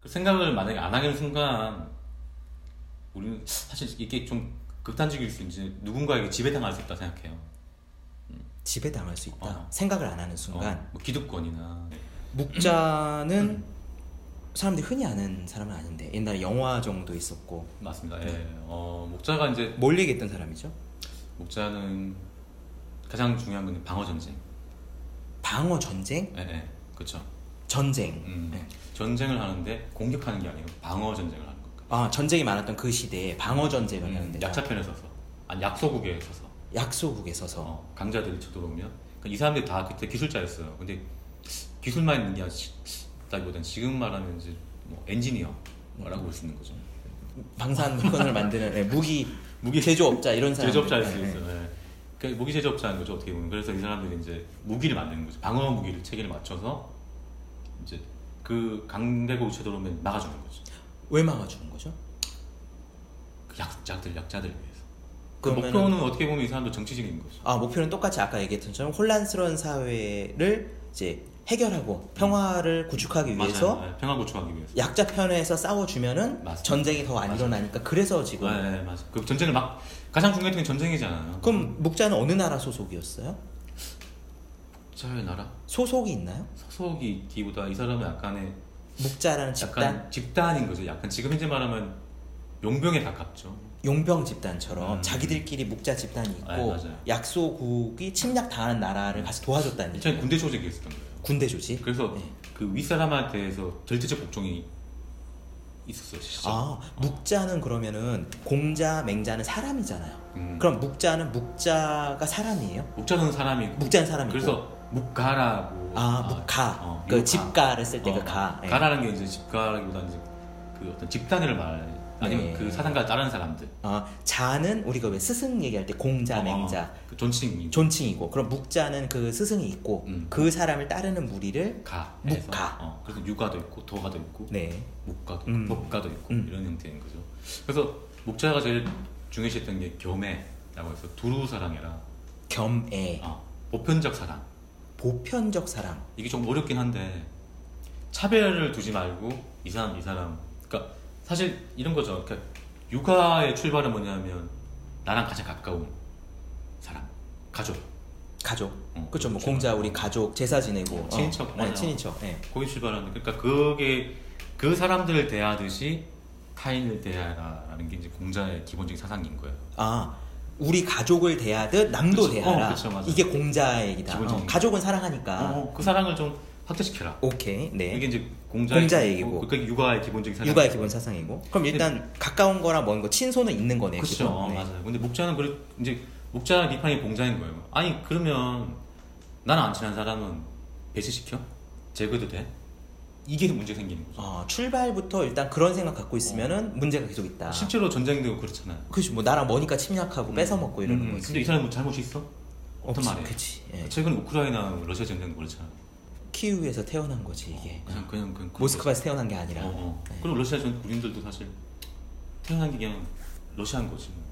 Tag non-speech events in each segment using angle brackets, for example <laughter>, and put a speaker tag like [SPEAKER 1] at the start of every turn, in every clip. [SPEAKER 1] 그 생각을 만약에 안 하는 순간 우리는 사실 이게 좀 극단적일 수 있는지 누군가에게 지배당할 수 있다 생각해요.
[SPEAKER 2] 지배당할 수 있다.
[SPEAKER 1] 어.
[SPEAKER 2] 생각을 안 하는
[SPEAKER 1] 어, 음.
[SPEAKER 2] 순간 네.
[SPEAKER 1] 뭐 기득권이나
[SPEAKER 2] 묵자는 사람들이 흔히 아는 사람은 아닌데 옛날에 영화 정도 있었고
[SPEAKER 1] 맞습니다.
[SPEAKER 2] 네.
[SPEAKER 1] 예. 어, 목자가 이제
[SPEAKER 2] 뭘 얘기했던 사람이죠?
[SPEAKER 1] 목자는 가장 중요한 건 방어 전쟁.
[SPEAKER 2] 방어 전쟁,
[SPEAKER 1] 예, 예. 그렇죠.
[SPEAKER 2] 전쟁.
[SPEAKER 1] 음.
[SPEAKER 2] 네.
[SPEAKER 1] 전쟁을 하는데 공격하는 게 아니고 방어 전쟁을 하는 겁니다.
[SPEAKER 2] 아 전쟁이 많았던 그 시대에 방어 전쟁을 하는데
[SPEAKER 1] 음. 약자편에 서서 아니 약소국에 서서
[SPEAKER 2] 약소국에 서서
[SPEAKER 1] 어, 강자들이 쳐들어오면 그러니까 이 사람들이 다 그때 기술자였어요. 근데 기술만 있는 게 아니라기보다는 지금 말하면 이제 뭐 엔지니어라고 볼 수 있는 거죠.
[SPEAKER 2] 방산
[SPEAKER 1] <laughs>
[SPEAKER 2] 물건을 만드는 네, 무기 무기 제조업자 이런 그 네, 사람
[SPEAKER 1] 제조업자일 수 있어요. 예. 그러니까 무기 제조업자인 거죠 어떻게 보면. 그래서 이 사람들이 이제 무기를 만드는 거죠. 방어 무기를 체계를 맞춰서 이제 그 강대국 쳐들어오면 막아주는 거죠.
[SPEAKER 2] 왜 막아주는 거죠?
[SPEAKER 1] 그 약자들 약자들을 위해서. 그
[SPEAKER 2] 그러면은-
[SPEAKER 1] 목표는 어떻게 보면 이 사람도 정치적인 거죠.
[SPEAKER 2] 아 목표는 똑같이 아까 얘기했던 처럼 혼란스러운 사회를 이제 해결하고 평화를 구축하기 위해서
[SPEAKER 1] 맞아요. 예, 평화 구축하기 위해서.
[SPEAKER 2] 약자 편에서 싸워주면은
[SPEAKER 1] 맞습니다.
[SPEAKER 2] 전쟁이 더 안
[SPEAKER 1] 맞아요.
[SPEAKER 2] 일어나니까 그래서 지금
[SPEAKER 1] 네, 네, 맞아. 그 전쟁을 막 가장 중요했던 게 전쟁이잖아요.
[SPEAKER 2] 그럼 묵자는 어느 나라 소속이었어요?
[SPEAKER 1] 자유의 나라
[SPEAKER 2] 소속이 있나요?
[SPEAKER 1] 소속이 있기보다 이 사람은 약간의
[SPEAKER 2] 묵자라는 집단,
[SPEAKER 1] 약간 집단인 거죠. 약간 지금 현재 말하면 용병에 가깝죠.
[SPEAKER 2] 용병 집단처럼
[SPEAKER 1] 음.
[SPEAKER 2] 자기들끼리 묵자 집단이 있고
[SPEAKER 1] 아, 맞아요.
[SPEAKER 2] 약소국이 침략 당하는 나라를 가서 도와줬다는
[SPEAKER 1] 일전에
[SPEAKER 2] 얘기예요.
[SPEAKER 1] 군대 조직이 있었던 거예요.
[SPEAKER 2] 군대 조직.
[SPEAKER 1] 그래서
[SPEAKER 2] 네.
[SPEAKER 1] 그 윗사람한테서 절대적 복종이 있었어요. 진짜.
[SPEAKER 2] 아 묵자는 그러면은 공자, 맹자는 사람이잖아요.
[SPEAKER 1] 음.
[SPEAKER 2] 그럼 묵자는 묵자가 사람이에요?
[SPEAKER 1] 목자는 사람이고
[SPEAKER 2] 묵자는 사람이고.
[SPEAKER 1] 그래서 묵가라고
[SPEAKER 2] 아 묵가.
[SPEAKER 1] 어,
[SPEAKER 2] 그
[SPEAKER 1] 묵가.
[SPEAKER 2] 집가를 쓸 때 그
[SPEAKER 1] 어,
[SPEAKER 2] 가. 예.
[SPEAKER 1] 가라는 게 이제 집가라기보다는 이제 그 어떤 집단을 말해 아니면
[SPEAKER 2] 네.
[SPEAKER 1] 그 사상과 다른 사람들
[SPEAKER 2] 아 자는 우리가 왜 스승 얘기할 때 공자,
[SPEAKER 1] 어,
[SPEAKER 2] 맹자.
[SPEAKER 1] 그 존칭이
[SPEAKER 2] 존칭이고 그럼 묵자는 그 스승이 있고
[SPEAKER 1] 음.
[SPEAKER 2] 그 사람을 따르는 무리를
[SPEAKER 1] 가
[SPEAKER 2] 묵가.
[SPEAKER 1] 어, 그래서 육가도 있고 도가도 있고
[SPEAKER 2] 네
[SPEAKER 1] 목가도
[SPEAKER 2] 음.
[SPEAKER 1] 있고 법가도 있고
[SPEAKER 2] 음.
[SPEAKER 1] 이런 형태인 거죠. 그래서 목자가 제일 중요시했던 게 겸해라고 해서 두루 사랑해라.
[SPEAKER 2] 겸애
[SPEAKER 1] 어, 보편적 사랑.
[SPEAKER 2] 보편적 사람
[SPEAKER 1] 이게 좀 어렵긴 한데 차별을 두지 말고 이 사람 이 사람. 그러니까 사실 이런 거죠. 그러니까 육아의 출발은 뭐냐면 나랑 가장 가까운 사람, 가족,
[SPEAKER 2] 가족
[SPEAKER 1] 어,
[SPEAKER 2] 그렇죠 뭐
[SPEAKER 1] 그렇죠.
[SPEAKER 2] 공자 우리 가족 제사 지내고
[SPEAKER 1] 친인척,
[SPEAKER 2] 어,
[SPEAKER 1] 맞아요.
[SPEAKER 2] 네, 친인척 네.
[SPEAKER 1] 거기 출발하는데 그러니까 그게 그 사람들을 대하듯이 타인을 대하라라는 게 이제 공자의 기본적인 사상인 거예요.
[SPEAKER 2] 아 우리 가족을 대하듯 남도
[SPEAKER 1] 그치.
[SPEAKER 2] 대하라
[SPEAKER 1] 어, 그쵸, 맞아요.
[SPEAKER 2] 이게 공자의 얘기다
[SPEAKER 1] 기본적인
[SPEAKER 2] 어, 가족은 사랑하니까
[SPEAKER 1] 어, 그 사랑을 좀 확대시켜라.
[SPEAKER 2] 오케이 네
[SPEAKER 1] 이게 이제 공자의,
[SPEAKER 2] 공자의 얘기고.
[SPEAKER 1] 그러니까 육아의 기본적인 사상.
[SPEAKER 2] 육아의 기본 사상이고 그럼 일단 가까운 거랑 먼 거 친소는 있는 거네
[SPEAKER 1] 그렇죠. 어, 맞아요. 근데 목자는 그래 이제 목자 비판이 공자인 거예요. 아니 그러면 나는 안 친한 사람은 배제시켜? 제거도 돼? 이게 문제 생기는 거죠.
[SPEAKER 2] 어, 출발부터 일단 그런 생각 갖고 있으면은
[SPEAKER 1] 어.
[SPEAKER 2] 문제가 계속 있다
[SPEAKER 1] 실제로 전쟁도 그렇잖아요.
[SPEAKER 2] 그치 뭐 나랑 머니까 침략하고 뺏어먹고 뭐 이러는
[SPEAKER 1] 음,
[SPEAKER 2] 거지
[SPEAKER 1] 근데 이 사람은 잘못이 있어? 어떤
[SPEAKER 2] 없지,
[SPEAKER 1] 말이에요?
[SPEAKER 2] 그치 예.
[SPEAKER 1] 최근 우크라이나 러시아 전쟁도 그렇잖아. 요
[SPEAKER 2] 키우에서 태어난 거지 이게
[SPEAKER 1] 그냥 그냥 그냥
[SPEAKER 2] 예. 모스크바에서 태어난 게 아니라 예.
[SPEAKER 1] 어, 어.
[SPEAKER 2] 네.
[SPEAKER 1] 그리고 러시아 전 군인들도 사실 태어난 게 그냥 러시아인 거지. 뭐.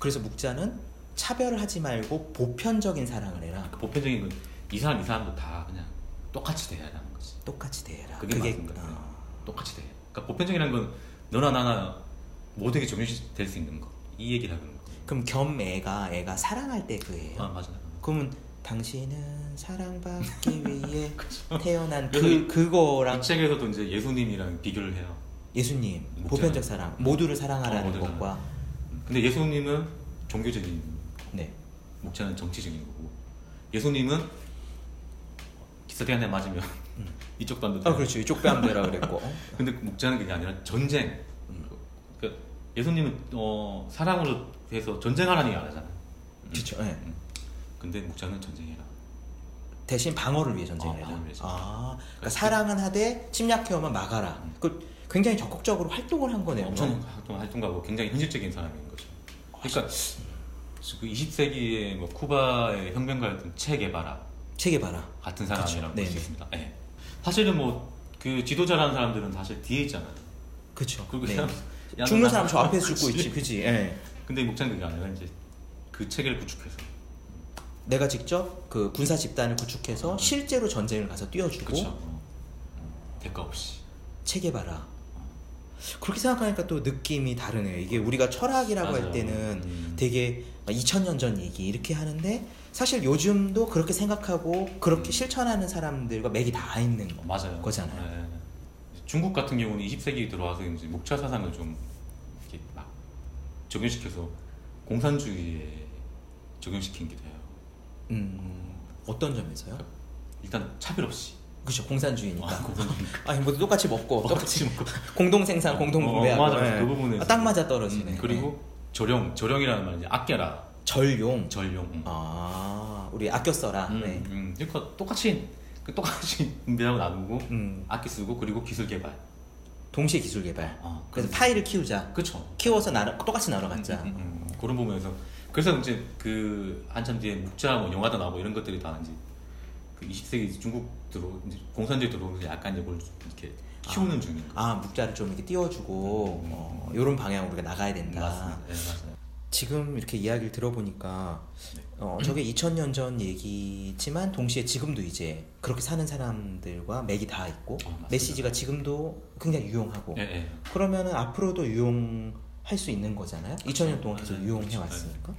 [SPEAKER 2] 그래서 묵자는 차별을 하지 말고 보편적인 사랑을 해라
[SPEAKER 1] 그 보편적인 건 이 사람 이 사람도 다 그냥 똑같이 대해야 하는 거지.
[SPEAKER 2] 똑같이 대해라
[SPEAKER 1] 그게 맞는 거야.
[SPEAKER 2] 어,
[SPEAKER 1] 똑같이 대. 그러니까 보편적이라는 건 너나 나나 모두에게 적용시 될 수 있는 거. 이 얘기를 하는 거.
[SPEAKER 2] 그럼 겸 애가 애가 사랑할 때 그예요
[SPEAKER 1] 아 맞아.
[SPEAKER 2] 그러면
[SPEAKER 1] <laughs>
[SPEAKER 2] 당신은 사랑받기 위해 태어난
[SPEAKER 1] 그래서
[SPEAKER 2] 그
[SPEAKER 1] 이-
[SPEAKER 2] 그거랑
[SPEAKER 1] 이 책에서도 이제 예수님이랑 비교를 해요.
[SPEAKER 2] 예수님
[SPEAKER 1] 묵자.
[SPEAKER 2] 보편적 사랑 모두를 사랑하라는
[SPEAKER 1] 어, 모두를
[SPEAKER 2] 것과 음.
[SPEAKER 1] 근데 예수님은 종교적인
[SPEAKER 2] 네
[SPEAKER 1] 목자는 정치적인 거고 예수님은 기사대한테 맞으면 <laughs> 이쪽도 안 돼.
[SPEAKER 2] 아, 그렇죠 이쪽 뺨 대라
[SPEAKER 1] <laughs>
[SPEAKER 2] 그랬고 어?
[SPEAKER 1] 근데 목자는 그게 아니라 전쟁.
[SPEAKER 2] 음.
[SPEAKER 1] 그러니까 예수님은 어, 사랑으로 해서 전쟁하라는 얘기 안 하잖아. 요
[SPEAKER 2] 그렇죠 예.
[SPEAKER 1] 근데 목자는 전쟁해라.
[SPEAKER 2] 대신 방어를 위해 전쟁을
[SPEAKER 1] 어,
[SPEAKER 2] 해라.
[SPEAKER 1] 방어를 위해 전쟁.
[SPEAKER 2] 아, 그러니까
[SPEAKER 1] 그러니까
[SPEAKER 2] 사랑은 하되 침략해오면 막아라.
[SPEAKER 1] 음.
[SPEAKER 2] 그 굉장히 적극적으로 활동을 한 거네요.
[SPEAKER 1] 엄청 활동, 활동가고 뭐 굉장히 현실적인 사람인 거죠. 그러니까 그 20세기에 뭐 쿠바의 혁명가였던 체 게바라
[SPEAKER 2] 체계바라.
[SPEAKER 1] 같은
[SPEAKER 2] 그렇죠.
[SPEAKER 1] 사람이라고
[SPEAKER 2] 네,
[SPEAKER 1] 볼 수
[SPEAKER 2] 네.
[SPEAKER 1] 있습니다. 예. 사실은 뭐 그 지도자라는 사람들은 사실 뒤에 있잖아요.
[SPEAKER 2] 그렇죠.
[SPEAKER 1] 그리고
[SPEAKER 2] 네.
[SPEAKER 1] 사람- 야는
[SPEAKER 2] 죽는
[SPEAKER 1] 나-
[SPEAKER 2] 사람 저 앞에서 죽고
[SPEAKER 1] 그치. <laughs>
[SPEAKER 2] 있지, 그지? 예.
[SPEAKER 1] 근데 목장은 그게 아니라 이제 그 체계를 구축해서
[SPEAKER 2] 내가 직접 그 군사
[SPEAKER 1] 음.
[SPEAKER 2] 집단을 구축해서 실제로 전쟁을 가서 뛰어주고
[SPEAKER 1] 그렇죠. 대가 없이
[SPEAKER 2] 체계바라. 그렇게 생각하니까 또 느낌이 다르네요. 이게 우리가 철학이라고
[SPEAKER 1] 맞아요.
[SPEAKER 2] 할 때는
[SPEAKER 1] 음.
[SPEAKER 2] 되게 2000년 전 얘기 이렇게 하는데 사실 요즘도 그렇게 생각하고 그렇게 실천하는 사람들과 맥이 다 있는 거.
[SPEAKER 1] 맞아요.
[SPEAKER 2] 거잖아요.
[SPEAKER 1] 네. 중국 같은 경우는 20세기 들어와서 이제 목차 사상을 좀 이렇게 막 적용시켜서 공산주의에 적용시킨 게 돼요.
[SPEAKER 2] 음, 어떤 점에서요?
[SPEAKER 1] 일단 차별 없이 음,
[SPEAKER 2] 그렇죠. 공산주의니까. 아니 뭐 똑같이 먹고 똑같이
[SPEAKER 1] 그 똑같이 먹고
[SPEAKER 2] <laughs> 공동 생산, 공동 구매하고.
[SPEAKER 1] 어, 맞아.
[SPEAKER 2] 예.
[SPEAKER 1] 그 부분에서
[SPEAKER 2] 아, 딱 맞아 떨어지네.
[SPEAKER 1] 음, 그리고 절용, 절용이라는 말이 이제 아껴라.
[SPEAKER 2] 절용.
[SPEAKER 1] 절용. 음.
[SPEAKER 2] 아, 우리 아껴 써라.
[SPEAKER 1] 음,
[SPEAKER 2] 네.
[SPEAKER 1] 음. 그러니까 똑같이 그 똑같이 <laughs> 분배하고 나누고
[SPEAKER 2] 음,
[SPEAKER 1] 아끼 쓰고 그리고 기술 개발.
[SPEAKER 2] 동시에 기술 개발.
[SPEAKER 1] 어,
[SPEAKER 2] 아, 그래서 파이를 키우자.
[SPEAKER 1] 그렇죠.
[SPEAKER 2] 키워서 나눠 똑같이 나눠갔자.
[SPEAKER 1] 음, 음, 그런 부분에서 그래서 이제 그 한참 뒤에 묵자 뭐 영화도 나오고 이런 것들이 다 이제 그 20세기 중국 들어 이제 공산주의 들어오면서 약간 이걸 이렇게 키우는 중인 거.
[SPEAKER 2] 아 묵자를 좀 이렇게 띄워주고
[SPEAKER 1] 음.
[SPEAKER 2] 어, 이런 방향으로 우리가 나가야 된다.
[SPEAKER 1] 맞습니다. 네, 맞아요.
[SPEAKER 2] 지금 이렇게 이야기를 들어보니까
[SPEAKER 1] 네.
[SPEAKER 2] 어, 저게 2000년 전 얘기지만 동시에 지금도 이제 그렇게 사는 사람들과 맥이 다 있고
[SPEAKER 1] 어, 맞습니다.
[SPEAKER 2] 메시지가 지금도 굉장히 유용하고
[SPEAKER 1] 예, 예.
[SPEAKER 2] 그러면은 앞으로도 유용할 수 있는 거잖아요.
[SPEAKER 1] 네.
[SPEAKER 2] 2000년 동안 계속
[SPEAKER 1] 맞아요.
[SPEAKER 2] 유용해 왔으니까.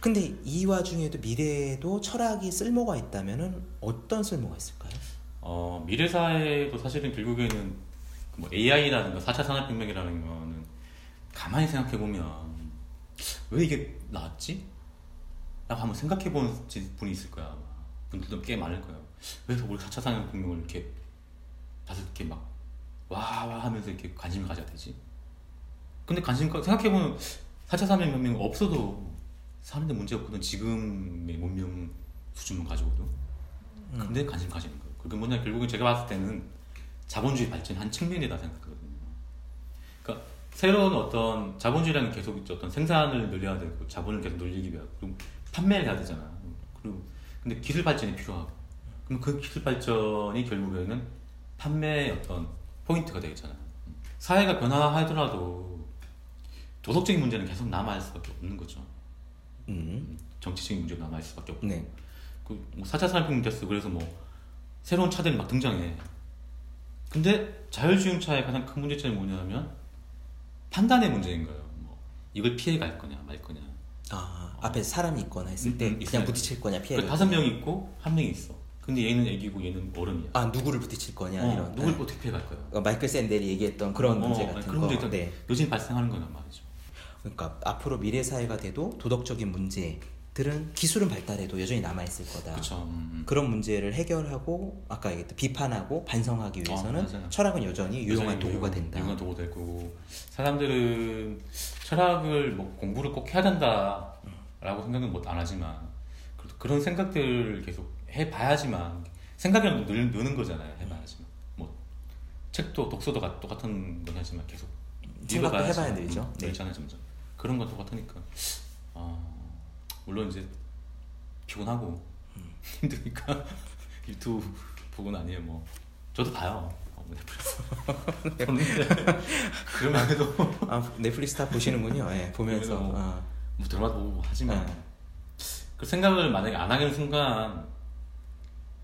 [SPEAKER 2] 근데 이 와중에도 미래에도 철학이 쓸모가 있다면은 어떤 쓸모가 있을까요?
[SPEAKER 1] 어, 미래 사회도 사실은 결국에는 그뭐 AI라는 거 4차 산업혁명이라는 거는 가만히 생각해 보면 왜 이게 나왔지? 라고 한번 생각해 본 분이 있을 거야. 아마. 분들도 꽤 많을 거예요. 그래서 우리 4차 산업혁명을 이렇게 다들 이렇게 막 와와 하면서 이렇게 관심을 가져야 되지? 근데 관심 생각해 보면 4차 산업혁명 없어도 사는데 문제 없거든. 지금의 문명 수준만 가지고도. 근데 관심 가지는 거예요. 그게 뭐냐 결국엔 제가 봤을 때는 자본주의 발전 한 측면이다 생각하거든요. 그러니까 새로운 어떤 자본주의라는 게 계속 있죠. 어떤 생산을 늘려야 되고 자본을 계속 늘리기 위해 그리고 판매를 해야 되잖아. 그리고 근데 기술 발전이 필요하고 그럼 그 기술 발전이 결국에는 판매의 어떤 포인트가 되겠잖아. 사회가 변화하더라도 도덕적인 문제는 계속 남아 있을 수밖에 없는 거죠.
[SPEAKER 2] 음,
[SPEAKER 1] 정치적인 문제가 남아 있을 수밖에 없고.
[SPEAKER 2] 네.
[SPEAKER 1] 그뭐 4차 산업혁명 됐어. 그래서 뭐 새로운 차들이 막 등장해. 근데 자율주행차의 가장 큰 문제점이 뭐냐면 판단의 문제인 거예요. 뭐 이걸 피해 갈 거냐 말 거냐.
[SPEAKER 2] 아 앞에 사람이 있거나 했을 때
[SPEAKER 1] 음, 음,
[SPEAKER 2] 그냥
[SPEAKER 1] 있어요.
[SPEAKER 2] 부딪힐 거냐 피해.
[SPEAKER 1] 그 다섯 명 있고 한 명이 있어. 근데 얘는 애기고 얘는 어른이야.
[SPEAKER 2] 아 누구를 부딪힐 거냐
[SPEAKER 1] 어,
[SPEAKER 2] 이런.
[SPEAKER 1] 누굴
[SPEAKER 2] 네.
[SPEAKER 1] 어떻게 피해 갈 거야?
[SPEAKER 2] 어, 마이클 샌델이 얘기했던 그런
[SPEAKER 1] 어,
[SPEAKER 2] 문제
[SPEAKER 1] 아니,
[SPEAKER 2] 같은
[SPEAKER 1] 그런
[SPEAKER 2] 거.
[SPEAKER 1] 문제 있다.
[SPEAKER 2] 네.
[SPEAKER 1] 요즘 발생하는 거란 말이죠.
[SPEAKER 2] 그러니까 앞으로 미래 사회가 돼도 도덕적인 문제들은 기술은 발달해도 여전히 남아 있을 거다.
[SPEAKER 1] 그쵸. 음, 음.
[SPEAKER 2] 그런 문제를 해결하고 아까 얘기했던 비판하고 반성하기
[SPEAKER 1] 어,
[SPEAKER 2] 위해서는
[SPEAKER 1] 맞아요.
[SPEAKER 2] 철학은 여전히 유용한
[SPEAKER 1] 여전히
[SPEAKER 2] 도구가
[SPEAKER 1] 유용-
[SPEAKER 2] 된다.
[SPEAKER 1] 유용한 도구가 될 거고 사람들은 철학을 뭐 공부를 꼭 해야 된다라고 생각은 못 안 하지만 그래도 그런 생각들을 계속 해봐야지만 생각이랑 늘 느는 거잖아요. 해봐야지만 뭐 책도 독서도 같- 똑같은 건 하지만 계속
[SPEAKER 2] 생각도
[SPEAKER 1] 읽어봐야지.
[SPEAKER 2] 해봐야 되죠.
[SPEAKER 1] 음,
[SPEAKER 2] 네.
[SPEAKER 1] 늘잖아요 점점. 그런 건 똑같으니까 어, 물론 이제 피곤하고
[SPEAKER 2] 음.
[SPEAKER 1] <laughs> 힘드니까 유튜브 보고는 아니에요 뭐 저도 봐요 어, 뭐 넷플릭스
[SPEAKER 2] <laughs>
[SPEAKER 1] 보는데 그러면 해도
[SPEAKER 2] <laughs> 아, 넷플릭스 다 보시는군요. 예, 보면서
[SPEAKER 1] 그래서 뭐-
[SPEAKER 2] 아,
[SPEAKER 1] 뭐 드라마도 보고 뭐 하지만
[SPEAKER 2] 네.
[SPEAKER 1] 그 생각을 만약에 안 하는 순간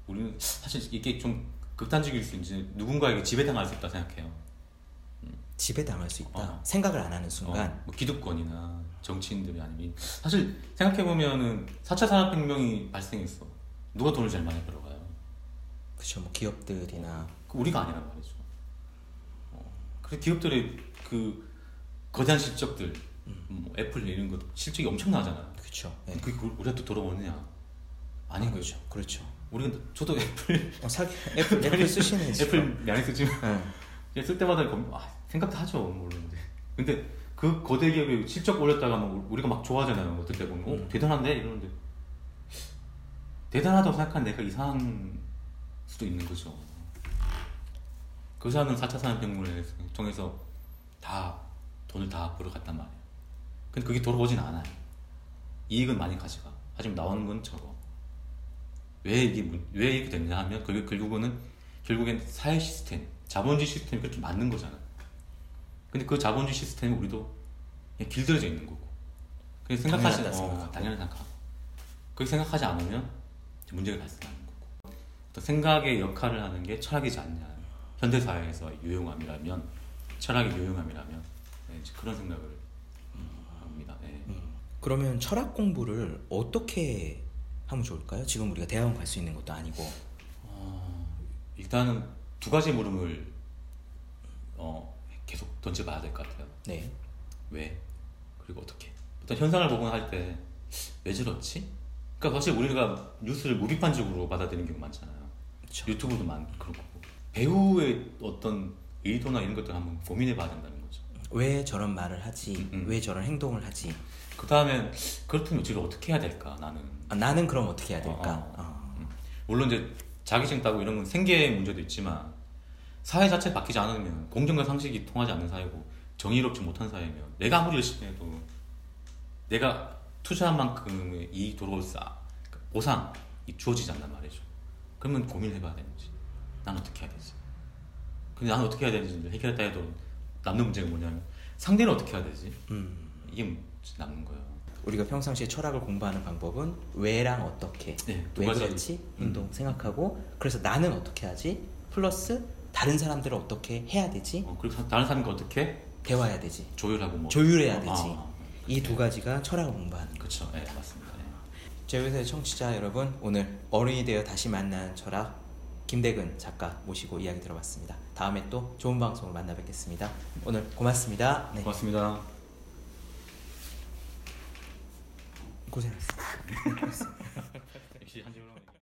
[SPEAKER 1] 우리는 사실 이게 좀 극단적일 수 있는지 누군가에게 지배당할 수 있다 생각해요
[SPEAKER 2] 집에 당할 수 있다.
[SPEAKER 1] 어.
[SPEAKER 2] 생각을 안 하는 순간
[SPEAKER 1] 어, 뭐 기득권이나 정치인들이 아니면 사실 생각해보면은 4차 산업혁명이 발생했어 누가 돈을 제일 많이 벌어가요
[SPEAKER 2] 그렇죠. 뭐 기업들이나
[SPEAKER 1] 그 우리가 아니란 말이죠. 어, 그래서 기업들의 그 거대한 실적들,
[SPEAKER 2] 음.
[SPEAKER 1] 뭐 애플 이런 것 실적이 엄청나잖아.
[SPEAKER 2] 그렇죠. 예.
[SPEAKER 1] 요 그게 그- 우리가 또 돌아오느냐? 아닌 거죠.
[SPEAKER 2] 그렇죠. 그렇죠.
[SPEAKER 1] 우리가 저도 애플
[SPEAKER 2] 어, 사, 애플 애플 쓰시네. 지금.
[SPEAKER 1] 그렇죠. <laughs> 애플 많이 쓰지만
[SPEAKER 2] 예.
[SPEAKER 1] 그냥 쓸 때마다 검- 아, 생각도 하죠 모르는데. 근데 그 거대 기업이 실적 올렸다가 막 우- 우리가 막 좋아하잖아요. 어떨 때 보면 어, 대단한데 이러는데 대단하다고 생각한 내가 이상한 수도 있는 거죠. 그 사람은 4차 산업혁명을 통해서 다 돈을 다 벌어갔단 말이에요. 근데 그게 돌아오진 않아요. 이익은 많이 가져가. 하지만 나오는 건 적어. 왜 이게 문- 왜 이렇게 됐냐 하면 그게 결국은 결국엔 사회 시스템, 자본주의 시스템이 그렇게 맞는 거잖아. 근데 그 자본주의 시스템이 우리도 그냥 길들여져 있는 거고. 그냥 생각하지
[SPEAKER 2] 당연하다
[SPEAKER 1] 어,
[SPEAKER 2] 생각하고.
[SPEAKER 1] 당연히 생각하고. 그렇게 생각하지 않으면 이제 문제가 발생하는 거고. 어떤 생각의 역할을 하는 게 철학이지 않냐. 현대 사회에서 유용함이라면 철학의 유용함이라면 네, 이제 그런 생각을 합니다. 네.
[SPEAKER 2] 그러면 철학 공부를 어떻게 하면 좋을까요? 지금 우리가 대학원 갈 수 있는 것도 아니고
[SPEAKER 1] 어, 일단은 두 가지 물음을 어, 계속 던져봐야 될 것 같아요.
[SPEAKER 2] 네
[SPEAKER 1] 왜? 그리고 어떻게? 일단 현상을 복원할 때 왜 저렇지? 그러니까 사실 우리가 뉴스를 무비판적으로 받아들이는 경우 많잖아요.
[SPEAKER 2] 그렇죠.
[SPEAKER 1] 유튜브도 많 그렇고 배우의 어떤 의도나 이런 것들 을 한번 고민해봐야 된다는 거죠.
[SPEAKER 2] 왜 저런 말을 하지?
[SPEAKER 1] 음, 음.
[SPEAKER 2] 왜 저런 행동을 하지?
[SPEAKER 1] 그 다음에 그렇다면 지금 어떻게 해야 될까? 나는
[SPEAKER 2] 아, 나는 그럼 어떻게 해야 될까?
[SPEAKER 1] 어,
[SPEAKER 2] 어.
[SPEAKER 1] 물론 이제 자기증 따고 이런 건 생계의 문제도 있지만 사회 자체 바뀌지 않으면 공정과 상식이 통하지 않는 사회고 정의롭지 못한 사회면 내가 아무리 열심히 해도 내가 투자한 만큼의 이익 돌아올 사 보상이 주어지지 않단 말이죠. 그러면 고민해봐야 되는지 난 어떻게 해야 되지? 근데 난 어떻게 해야 되는지 해결했다 해도 남는 문제가 뭐냐면 상대는 어떻게 해야 되지?
[SPEAKER 2] 음.
[SPEAKER 1] 이게 남는 거예요.
[SPEAKER 2] 우리가 평상시에 철학을 공부하는 방법은 왜랑 어떻게
[SPEAKER 1] 네, 두
[SPEAKER 2] 왜
[SPEAKER 1] 가지. 음.
[SPEAKER 2] 그렇지 행동 생각하고 그래서 나는 어떻게 하지 플러스 다른 사람들은 어떻게 해야 되지
[SPEAKER 1] 어, 그리고 다른 사람과 어떻게
[SPEAKER 2] 대화해야 되지
[SPEAKER 1] 조율하고 뭐
[SPEAKER 2] 네? 조율해야 되지
[SPEAKER 1] 아,
[SPEAKER 2] 이 두 가지가 철학을 공부하는 거
[SPEAKER 1] 그렇죠. 예, 맞습니다. 예.
[SPEAKER 2] 제외사의 청취자 여러분 오늘 어른이 되어 다시 만난 철학 김대근 작가 모시고 이야기 들어봤습니다 다음에 또 좋은 방송으로 만나 뵙겠습니다 오늘 고맙습니다 네,
[SPEAKER 1] 고맙습니다.
[SPEAKER 2] 고생하셨습니다
[SPEAKER 1] 역시 한지훈